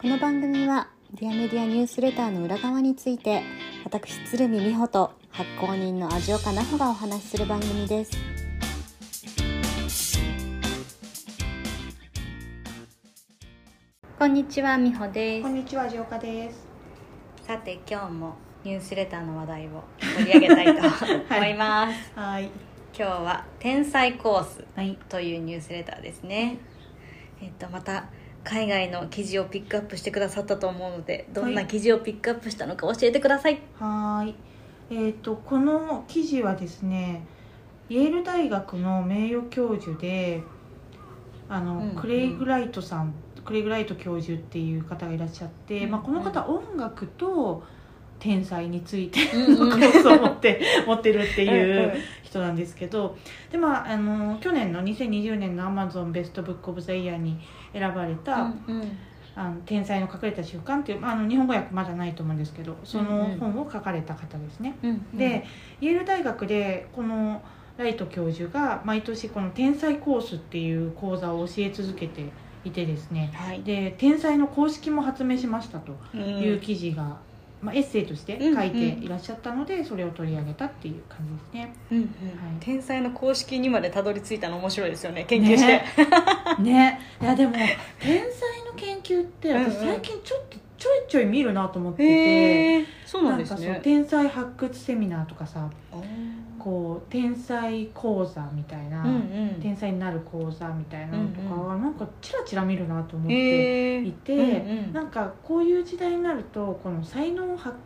この番組はディアメディアニュースレターの裏側について私鶴見美穂と発行人の味岡奈穂がお話しする番組ですこんにちは美穂でこんにちは、ジオカです。さて今日もニュースレターの話題を取り上げたいと思います、 はい。今日は「天才コースはい。」というニュースレターですねえっとまた海外の記事をピックアップしてくださったと思うのでどんな記事をピックアップしたのか教えてください、はーい。えっ、と、この記事はですね。イェール大学の名誉教授で。あの、うんうんクレイグライトさん、クレイグライト教授っていう方がいらっしゃって、うんうんまあ、この方音楽と。天才についてうんうんの コースを持って、持ってるってていう人なんですけどで、まあ、あの去年の2020年のアマゾンベストブック・オブ・ザ・イヤーに選ばれた、あの「天才の隠れた習慣」っていう、まあ、あの日本語訳まだないと思うんですけどそのうんうん本を書かれた方ですね。で、イェール大学でこのライト教授が毎年この「天才コース」っていう講座を教え続けていてですねはいで天才の公式も発明しましたという記事が、まあ、エッセイとして書いていらっしゃったので、それを取り上げたっていう感じです ね。うんうんはい天才の公式にまでたどり着いたの面白いですよね研究して、ねねいやでも天才の研究って私うんうん最近ちょっとちょいちょい見るなと思ってて。へえそうなんですかそうね天才発掘セミナーとかさあーこう天才講座みたいな、うんうん天才になる講座みたいなのとかは、なんかチラチラ見るなと思ってへえいて、うんなんかこういう時代になるとこの才能を発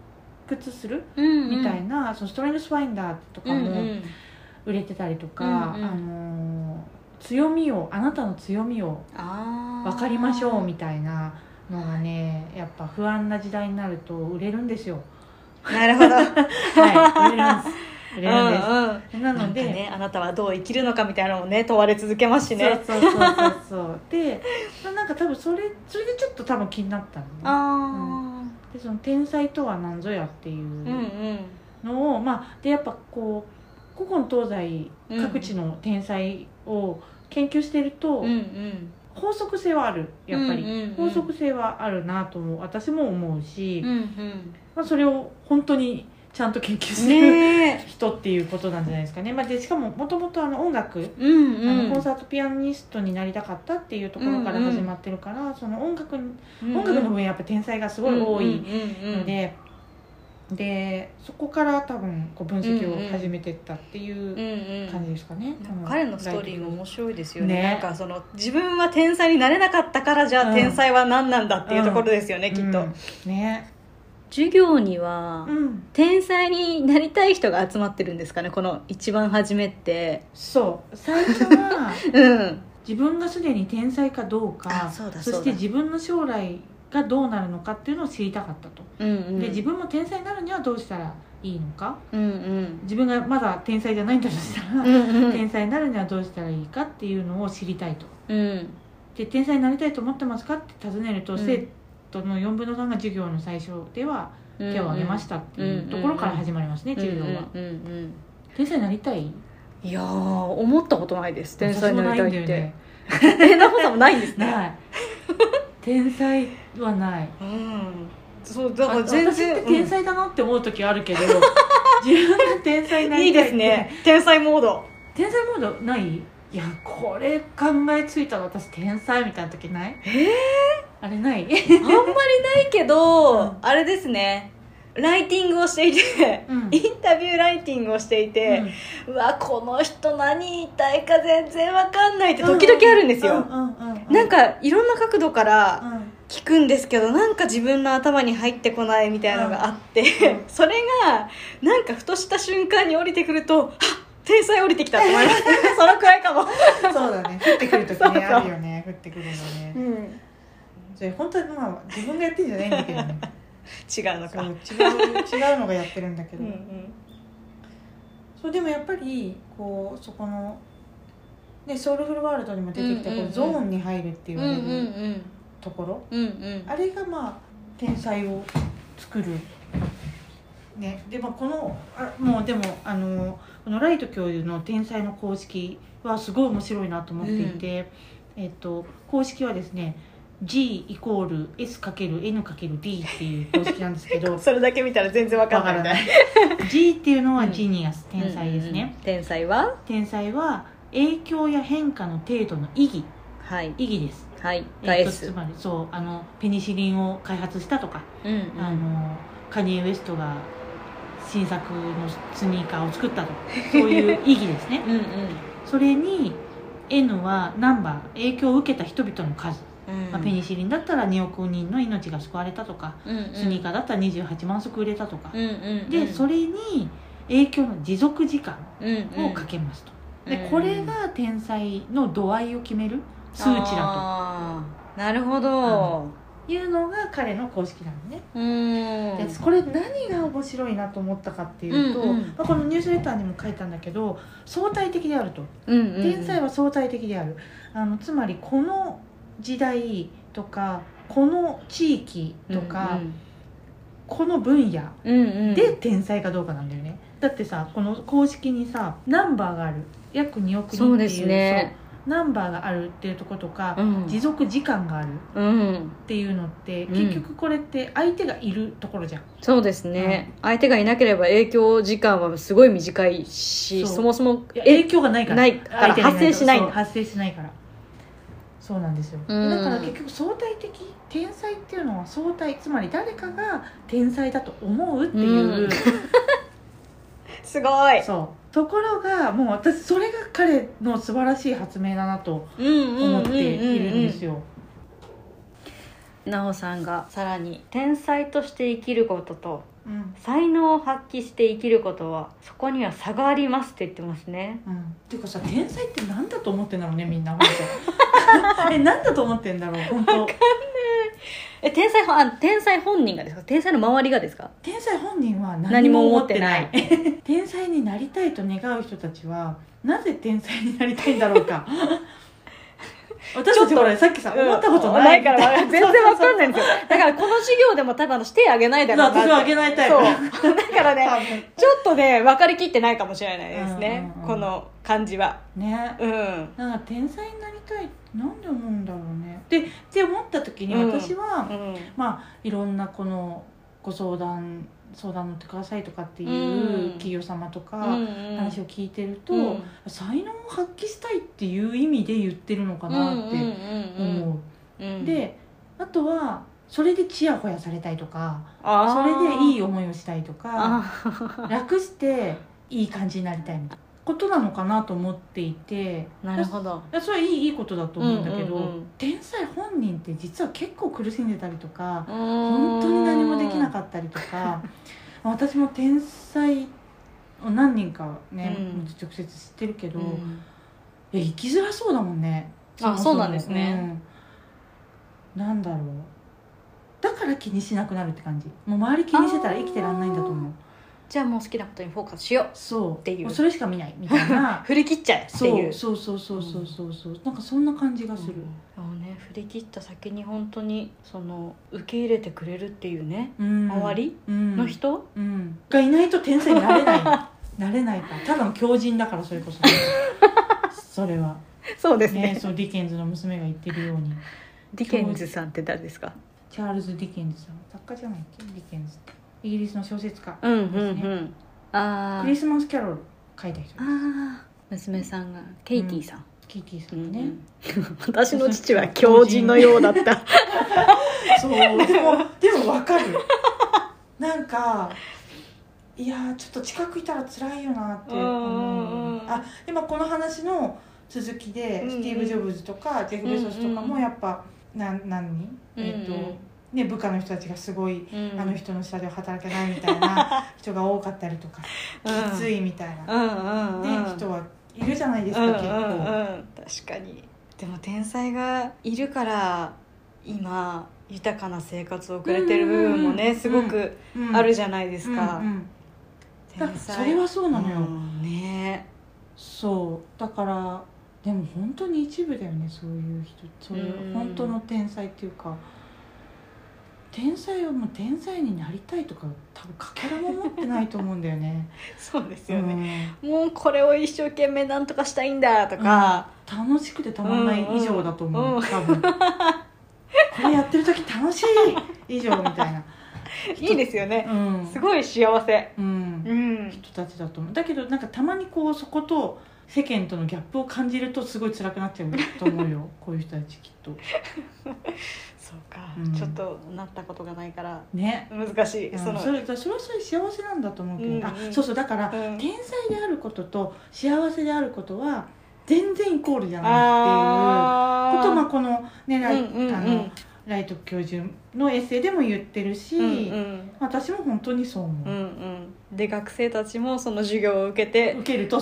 掘するうんみたいな、そのストレングスファインダーとかうんうもん売れてたりとか、うんうんあのー強みをあなたの強みをあー分かりましょうみたいなのがねやっぱ不安な時代になると売れるんですよ。なるほど はい、売れるんです。売れるんです。うんうんななのんかで、ね、あなたはどう生きるのかみたいなのもね問われ続けますしねそうそうそうそうそうでまあなんか多分それそれでちょっと多分気になったのねあでその天才とは何ぞやっていあうんうんうのを、まあでやっぱこう古今東西うん各地の天才を研究してると、うんうん法則性はあるやっぱり、うんうんうん法則性はあるなとも私も思うし、うんうんまあ、それを本当にちゃんと研究してる、ねえ人っていうことなんじゃないですかね、まあ、でしかももともとあの音楽うんあうのんコンサートピアニストになりたかったっていうところからうんうん始まってるから、その音楽にうん音楽の分やっぱ天才がすごい多いので、でそこから多分こう分析を始めてったってうんういうんうん感じですかね、なんか彼のストーリーも面白いですよねねなんかその自分は天才になれなかったからじゃうあん天才は何なんだっていうところですよね、きっと、うんね授業にはうん天才になりたい人が集まってるんですかねこの一番初め ってそう最初はうん自分がすでに天才かどうあかそうだそうだして自分の将来がどうなるのかっていうのを知りたかったと、うんうんで自分も天才になるにはどうしたらいいのかうんうん自分がまだ天才じゃないんだとしたら、うんうん天才になるにはどうしたらいいかっていうのを知りたいとうんで天才になりたいと思ってますかって尋ねると、うん生徒の4分の3が授業の最初では手を挙げましたっていうところから始まりますね、うんうん授業は、うんうんうん天才になりたいうんいやー思ったことないです天才になりたいって私 もえなほさんもないんですないんだねよねない天才はないうんそうだあから私全って然天才だなって思う時あるけど 自分が天才にうなんいりいたいでってすね天才モード天才モードないいやこれ考えついたら私天才みたいな時ないえあれないあんまりないけど、うんあれですねライティングをしていてうんインタビューライティングをしていて、うわこの人何言いたいか全然わかんないって時々あるんですよ、なんか、かいろんな角度からうん聞くんですけどなんか自分の頭に入ってこないみたいなのがあって、うんうん それがなんかふとした瞬間に降りてくるとあ天才降りてきたって思 いますそのくらいかも、そうだね降ってくる時ねそうそうあるよね降ってくるのね違うそれ本当にまあ自分がやってんじゃないんだ けどねのそかう違う違うのがやってるんだけうど、んうんそうでもやっぱりこうそこのねソウルフルワールドにも出てきたうんうこんうんうゾーンに入るってう言んわうんれるところ、うんうんあれがまあ天才を作るねでもこのあもうでもあのこのライト教授の天才の公式はすごい面白いなと思っていて、えっと公式はですね G イコール S×N×D っていう公式なんですけ どそれだけ見たら全然わかんないみたい G っていうのはジニアス、天才ですうんうんねう、ん天才は天才は影響や変化の程度の意義はい意義です、はいがえっと S つまりそうあのペニシリンを開発したとか、うんうあんのカニエ・ウエストが新作のスニーカーを作ったとかそういう意義ですね うんうんそれに N はナンバー影響を受けた人々の数、うんまあ、ペニシリンだったら2億人の命が救われたとか、うんうんスニーカーだったら28万足売れたとか、うんうんでそれれに影響の持続時間をかけますと、でこれが天才の度合いを決める数値だだとなるほどというのが彼の公式なのね、うんでこれ何が面白いなと思ったかっていうと、うんうんまあ、このニュースレターにも書いたんだけど相対的であるとうんうん天才は相対的である、あのつまりこの時代とかこの地域とか、この分野うんうんうんで天才かどうかなんだよねだってさこの公式にさナンバーがある約2億人っていうそうですねそうナンバーがあるっていうとことか、うん持続時間があるうんっていうのって、うん結局これって相手がいるところじゃんそうですね相手がいなければ影響時間はすごい短いしそうそもそもいや影響がないからないから相手が発生しないそう発生しないからそうなんですよでうんだから結局相対的天才っていうのは相対つまり誰かが天才だと思うっていう、うんすごいそうところがもう私それが彼の素晴らしい発明だなと思思っているんですよなおさんがさらに天才として生きることとうん才能を発揮して生きることはそこには差がありますって言ってますねうん、ていうかさ天才って何だと思ってんだろうねみんな本 当え何だと思ってんだろう本当え天才あ天才本人がですか天才の周りがですか天才本人は何何もも思思っっててなないい 天才になりたいと願う人たちはなぜ天才になりたいんだろ うか私たちほらさっきさ、思ったことないから みたい全然わかんないんですよだからこの授業でも多分私手あげないだろうなそう私はあげないタイプそうだからね多分ちょっとね分かりきってないかもしれないですね、うんうんうんこの感じはねうんなんか天才になりたいってなんで思うんだろうねでって思った時にうん私は、うんまあいろんなこのご相談相談乗ってくださいとかってういうん企業様とか、うん話を聞いてると、うん才能を発揮したいっていう意味で言ってるのかなって思う、うんうんうんであとはそれでチヤホヤされたいとかあそれでいいよ思いをしたいとかあ楽していい感じになりたいみたいなことなのかなと思っていてーなるほどいやそれはいいいいことだと思うんだけど、うんうんうん天才本人って実は結構苦しんでたりとか本本当に何もできなかったりとか 私も天才を何人かね、うん直接知ってるけど、うんいや生きづらそうだもんねあももそうなんですね、うんなんだろうだから気にしなくなるって感じもう周り気にしてたら生きてらんないんだと思うじゃあもう好きなことにフォーカスしようそうっていうもそれしか見ないみた いな振り切っちゃえってそいううそうそうそうそうそうそうなんかそんな感じがするあのね振り切った先に本当にその受け入れてくれるっていうねうん周りのの、人、うん、がいないと天才になれない なれないからただの狂人だからそれこそそれはそうですねそうディケンズの娘が言ってるようにディケンズさんって誰ですかチャールズ・ディケンズさん作家じゃないっけディケンズってイギリスの小説家、うんうんううんん、あクリスマス・キャロル書いた人ああ娘さんがケイティさん、キーティーさんがね、 私の父は狂人のようだったそうでもでもわかるなんかいやーちょっと近くいたら辛いよなってうんうんうんうんあでもこの話の続きで、うんうんスティーブ・ジョブズとかジェフ・ベソスとかうんうもんやっぱ、なん何人、えっとうんうんね、部下の人たちがすごい、うんあの人の下では働けないみた いな人が多かったりとか、うんきついみたいな、うんうんうんね、人はいるじゃないですか、うんうんうん結構。確かにでも天才がいるから今豊かな生活を送れてる部分もうんうんうねんすごくうんあるじゃないですか、うんうんだ天才それはそうなのよ、うんねそうだからでも本当に一部だよねそういう人そういううん本当の天才っていうか天才はもう天才になりたいとか多分かけらも持ってないと思うんだよね そうですよね、もうこれを一生懸命なんとかしたいんだとうんか、 楽しくてたまんない以上だと思う、うんうん多分これやってる時楽しい以上みたいな、いいですよねう んすごい幸せうん、うん人たちだと思うだけどなんかたまにこうそこと世間とのギャップを感じるとすごい辛くなっちゃうと思 うよこういう人たちきっとそうか、うんちょっとなったことがないからね難しい、うんそのそれそれはそれで幸せなんだと思うけど、うんうんあそうそうだから、うん天才であることと幸せであることは全然イコールじゃないっていうあこーとまあこのねライ,、うんうんうんあのライト教授のエッセイでも言ってるし、うん私も本当にそう思うんうう、んうんで学生たちもその授業を受けて受ける と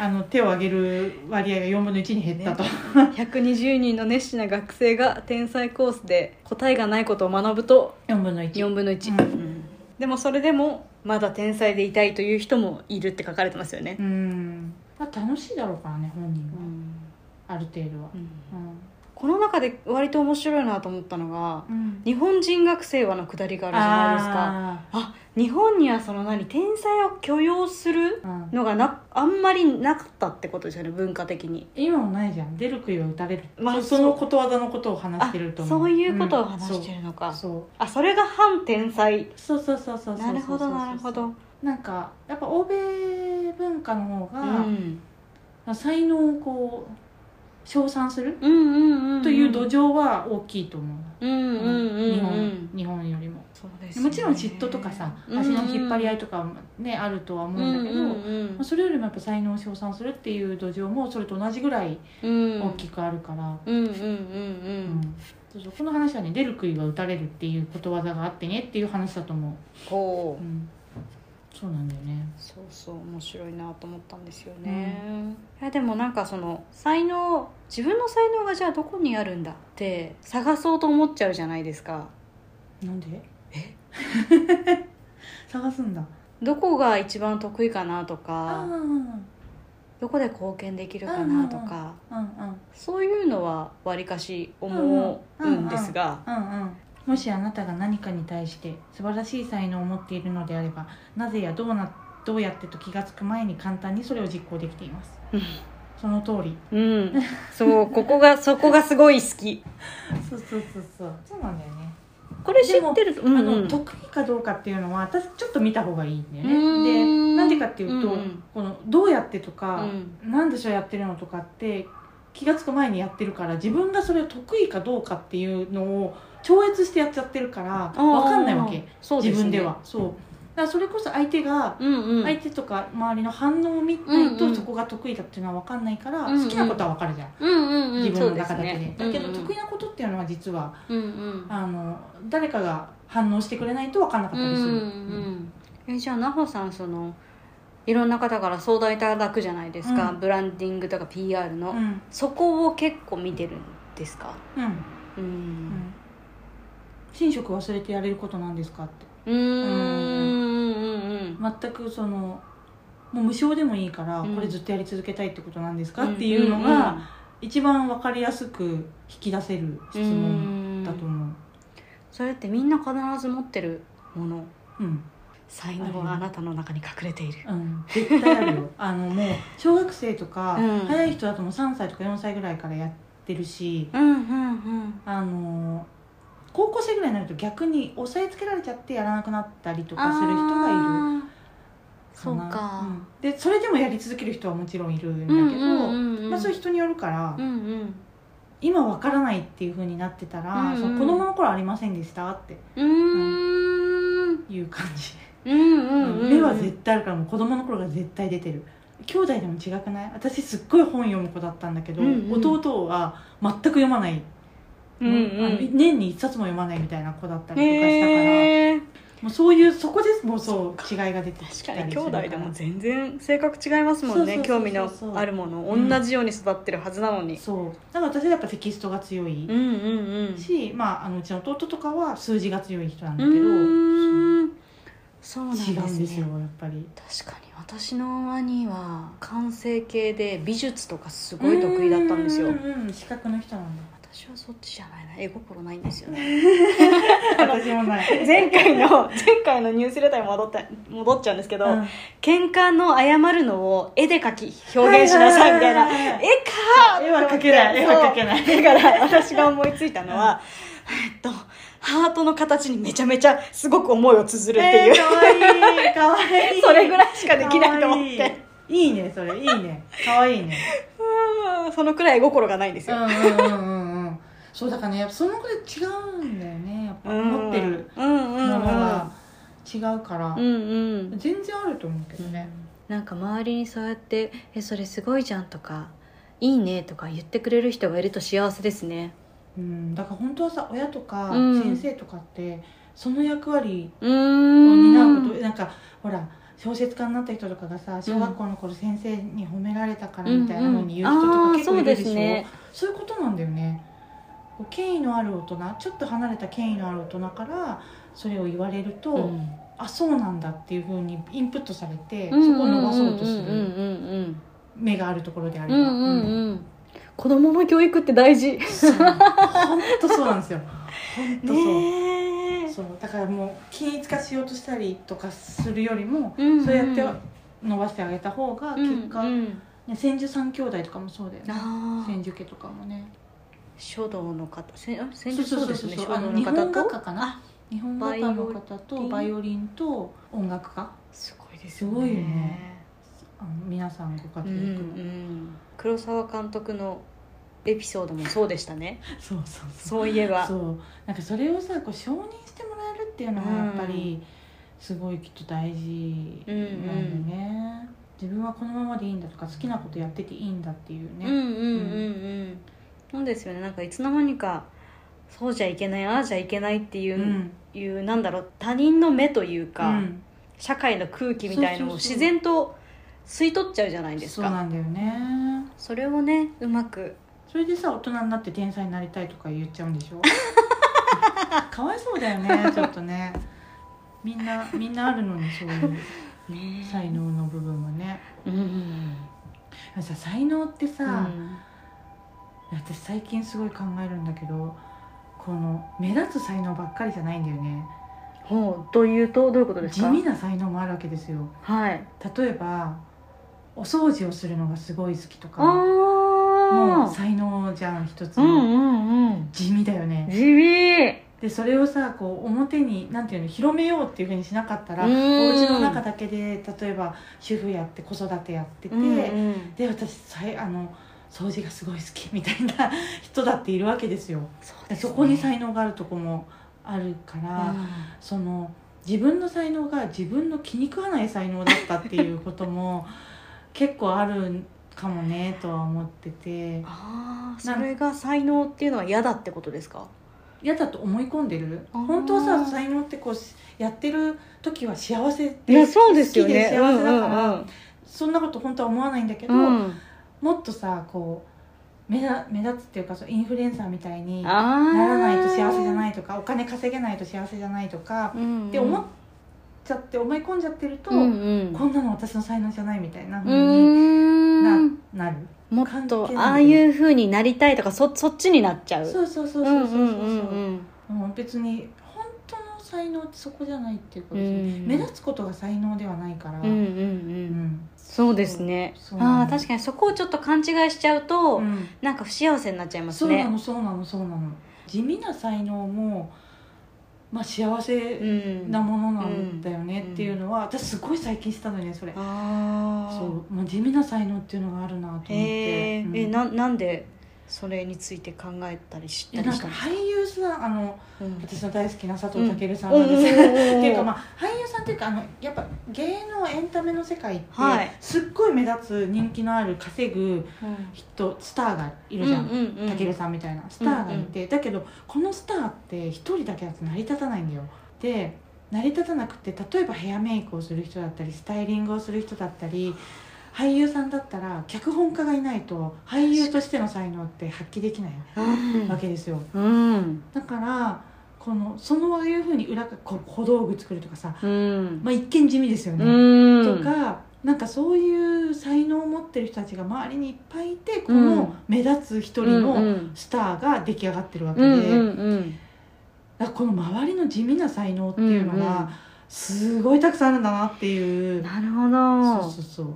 あの手を挙げる割合が4分の1に減ったと、 120人の熱心な学生が天才コースで答えがないことを学ぶと4分の1 4分の1、うんでもそれでもまだ天才でいたいという人もいるって書かれてますよねう、ん、まあ、楽しいだろうからね本人は、ある程度はう、んうんこの中で割と面白いなと思ったのがうん、日本人学生はのくだりがあるじゃないですかあ日本にはその何天才を許容するあーうんのがなあんまりなかったってことですよね文化的に今もないじゃん出る杭は打たれる、まあそそうそのことわざのことを話してると思うそういうことを話してる、るのうか、んそうあそれが反天才そうそうそうそうそうそうそうなるほどなるほどなんかやっぱ欧米文化の方うが、ん才能をこう称賛するうんうんうんという土壌は大きいと思う、うんうんうん日うん本日本よりもそうですよねもちろん嫉妬とかさうん足の引っ張り合いとかもねあるとは思うんだけど、うんうんまあそれよりもやっぱ才能を称賛するっていう土壌もそれと同じぐらいうん大きくあるから、うんうんうんううんんそうそうこの話はね「出る杭は打たれる」っていうことわざがあってねっていう話だと思う、こう、うんそうなんだよねそうそう面白いなと思ったんですよね、いやでもなんかその才能自分の才能がじゃあどこにあるんだって探そうと思っちゃうじゃないですかなんでえ 探すんだどこが一番得意かなとああかうんどこで貢献できるかなとうんかうんそういうのはわりかし思うんううんんですがうんうん、もしあなたが何かに対して素晴らしい才能を持っているのであればなぜやどうなどうやってと気が付く前に簡単にそれを実行できていますうんその通りうんそうここ がそこがすごい好きそうそうそうそうそうなんだよね、これ知ってるとうんうあんの得意かどうかっていうのは私ちょっと見た方がいいんだようーねでんなんでかっていうと、うんうんこのどうやってとか、うなんでしょうやってるのとかって気が付く前にやってるから自分がそれを得意かどうかっていうのを超越してやっちゃってるから分かんないわけそうすね自分ではそうだからそれこそ相手が、うんうん相手とか周りの反応を見ないうんうとんそこが得意だっていうのは分かんないから、うんうん好きなことは分かるじゃん、うんうんうん自分の中だけで,、だけどそう得で意なことっていうのは実はすねうんうんあの誰かが反応してくれないと分かんなかっうんたりする、うんうんえじゃあ奈穂さんそのいろんな方から相談いただくじゃないですか、うんブランディングとか PR の、うんうんそこを結構見てるんですかうんううんん寝食忘れてやれることなんですかってうーんうん全くそのもう無償でもいいから、うんこれずっとやり続けたいってことなんですか、うんっていうのが、一番分かりやすく引き出せる質うんうん問うんだと思う、それってみんな必ず持ってるものうん、才能があなたの中に隠れているうん、絶対ある よあのもう小学生とか、うん早い人だともう3歳とか4歳ぐらいからやってるしうんうんあの高校生ぐらいになると逆に押さえつけられちゃってやらなくなったりとうんかする人がいるかなあーそうか、うんでそれでもやり続ける人はもちろんいるうんだけど、んうんうんうんまあ、そういう人によるから、うんうん今わからないっていうふうになってたら、うんうんその子供の頃ありませんでしたってうーんいう感じ、うんうんうん目は絶対あるからもう子供の頃が絶対出てる兄弟でも違くない私すっごい本読む子だったんだけど、うんうん弟は全く読まない、うんうんあの年に一冊も読まないみたいな子だったりとかしたから、へーもうそういうそこですもうそう違いが出てき確たかりすにる兄弟でも全然性格違いますもんねそうそうそうそう興味のあるものうん同じように育ってるはずなのにそうだから私はやっぱテキストが強いうんうんうんし、まあ、あのうちの弟とかは数字が強い人なんうだけど、ーんそうなん違うんでですすよねやっぱり確かに私の兄は完成形で美術とかすごい得意だったんですよ うんうんうん、資格の人なんだ私はそっちじゃないな絵心ないんですよね私 もない前回の前回のニュースレターに戻った戻っちゃうんですけど、うん喧嘩の謝るのを絵で描き表現しなさいみたいなはいはいはいはい絵か絵は描けないそう絵は描けないだから私が思いついたのは、えっとハートの形にめちゃめちゃすごく思いを綴るっていう、かわいいかわい いそれぐらいしかできないと思ってかわいいいいねそれいいねかわいいねうんそのくらい絵心がないんですうよ、んうんうんうんうんそうだからねやっぱそのぐらい違うんだよねやっぱうん持ってるうんうんもうのんが違うからうんうん全然あると思うけどねなんか周りにそうやって「えそれすごいじゃん」とか「いいね」とか言ってくれる人がいると幸せですねうんだから本当はさ親とかうん先生とかってその役割うーをん担うことなんかほら小説家になった人とかがさ小学校の頃先生に褒められたからみたいなのに言う人とうんうんか結構いるでしあーそうですょねそういうことなんだよねこう権威のある大人ちょっと離れた権威のある大人からそれを言われると、うんあそうなんだっていうふうにインプットされて、うんそこを伸ばそうとすうんうんる目があるところであれうんうば、んうんうんうんうん子供の教育って大事ね本当そうな んですよ本当そう、えそうだからもう均一化しようとしたりとかするよりも、うんうんそうやって伸ばしてあげた方が結果、うんうんね、千住三兄弟とかもそうだよねあー千住家とかもね書道の方せんあ先日そうですね書あ道のの日方本画家とかな日本画家の方とババイイオリンと音楽家すごいですごいよねあの皆さんご活う躍んうの、ん黒沢監督のエピソードもそうでした ねそうそうそうそういえばそうなんかそれをさこう承認してもらえるっていうのがやっぱりすごいきっと大事なんだよね、自分はこのままでいいんだとか好きなことやってていいんだっていううんね、うんうんうんなんですよねなんかいつの間にかそうじゃいけないああじゃいけないっていうう,、んいうなんだろう他人の目というか、うん社会の空気みたいのをそうそうそう自然と吸い取っちゃうじゃないですそうかそなんだよねれをねうまくそれでさ大人になって天才になりたいとか言っちゃうんで しょかわいそうだよねちょっとねみんなみんなあるのにそういうね才能の部分はねうんうんさ才能ってさ、うん私最近すごい考えるんだけどこの目立つ才能ばっかりじゃないんだよねほうというとどういうことです地か味な才能もあるわけですよはい例えばお掃除をするのがすごい好きとあかもうあ才能じゃん一つうんのうんうん地味だよね地味でそれをさこう表になんていうの広めようっていうふうにしなかったらうおん家の中だけで例えば主婦やって子育てやってて、うんうんで私さいあの掃除がすごい好きみたいな人だっているわけですよそうでですねそこに才能があるとこもあるから、その自分の才能が自分の気に食わない才能だったっていうことも結構あるかもねとは思っててああなそんれが才能っていうのは嫌だってことですか嫌だと思い込んでるあー本当はさ才能ってこうしやってる時は幸せいやそうですよ好ねきで幸せだから、そんなこと本当は思わないんだけど、うんうんうんもっとさこう目だ目立つっていうかそうインフルエンサーみたいになならないと幸せじゃないとかお金稼げないと幸せじゃないとか、って思っちゃって思い込んじゃってると、うんうんこんなの私の才能じゃないみたいなう風にな,、ーんなるもっとああいうふうになりたいとかそそっちになっちゃうそうそうそううそうんそううそう,、んうんうんもう別に本当の才能ってそこじゃないっていうことですね、うん目立つことが才能ではないから、うんうんううんんそうですねそうああ確かにそこをちょっと勘違いしちゃうと、うんなんか不幸せになっちゃいますそうなねのそうなのそうなの地味な才能も、まあ、幸うせんなあものなんだよねっていうのは、私すごい最近したのよねそれあそうもう地味な才能っていうのがあるなと思って、へえうんえななんでそれについて考えたり知っいたやりなんしたかんですか俳優さんあのうん私の大好きな佐藤健さんうなんんですけど、っていうかままあ俳優さんっていうかあのやっぱ芸能エンタメの世界って、はいすっごい目立つ人気のある稼ぐあ、うん人スターがいるじゃうん、んうんうんたけるさんみたいなスターがいて、だけどこのスターって一人だけだと成り立たないんだよで成り立たなくて例えばヘアメイクをする人だったりスタイリングをする人だったり俳優さんだったら脚本家がいないと俳優としての才能って発揮できないわけですよ、うんだからこのそういうふうに裏かこう小道具作るとかさ、うんまあ、一見地味ですよね、うんとかなんかそういう才能を持ってる人たちが周りにいっぱいいてこうんの目立つ一人うんうのんスターが出来上がってるわけうで、んうんうんだからこの周りの地味な才能っていうのうんうんがすごいたくさんあるんだなっていう、なるほどそそうそう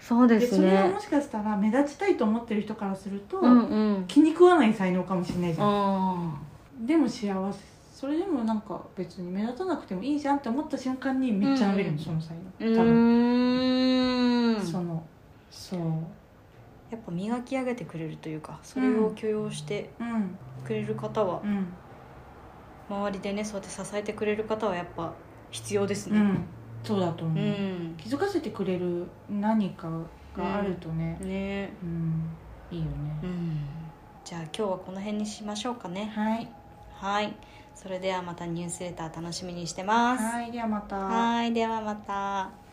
そううでですそれはねもしかしたら目立ちたいと思ってる人からすると、うんうん気に食わない才能かもしれないじゃん、あでも幸せそれでもなんか別に目立たなくてもいいじゃんって思った瞬間にめっちゃ伸びるの、うんそのー才能多分、うーんそのそうやっぱ磨き上げてくれるというかそれを許容してうんくれる方は、うん周りでねそうやって支えてくれる方はやっぱ必要ですうねんそうだとう思う、ん、気づかせてくれる何かがあるとね、ねうんいいよね、うんじゃあ今日はこの辺にしましょうかねはいはいそれではまたニュースレター楽しみにしてますはいではまたはいではまた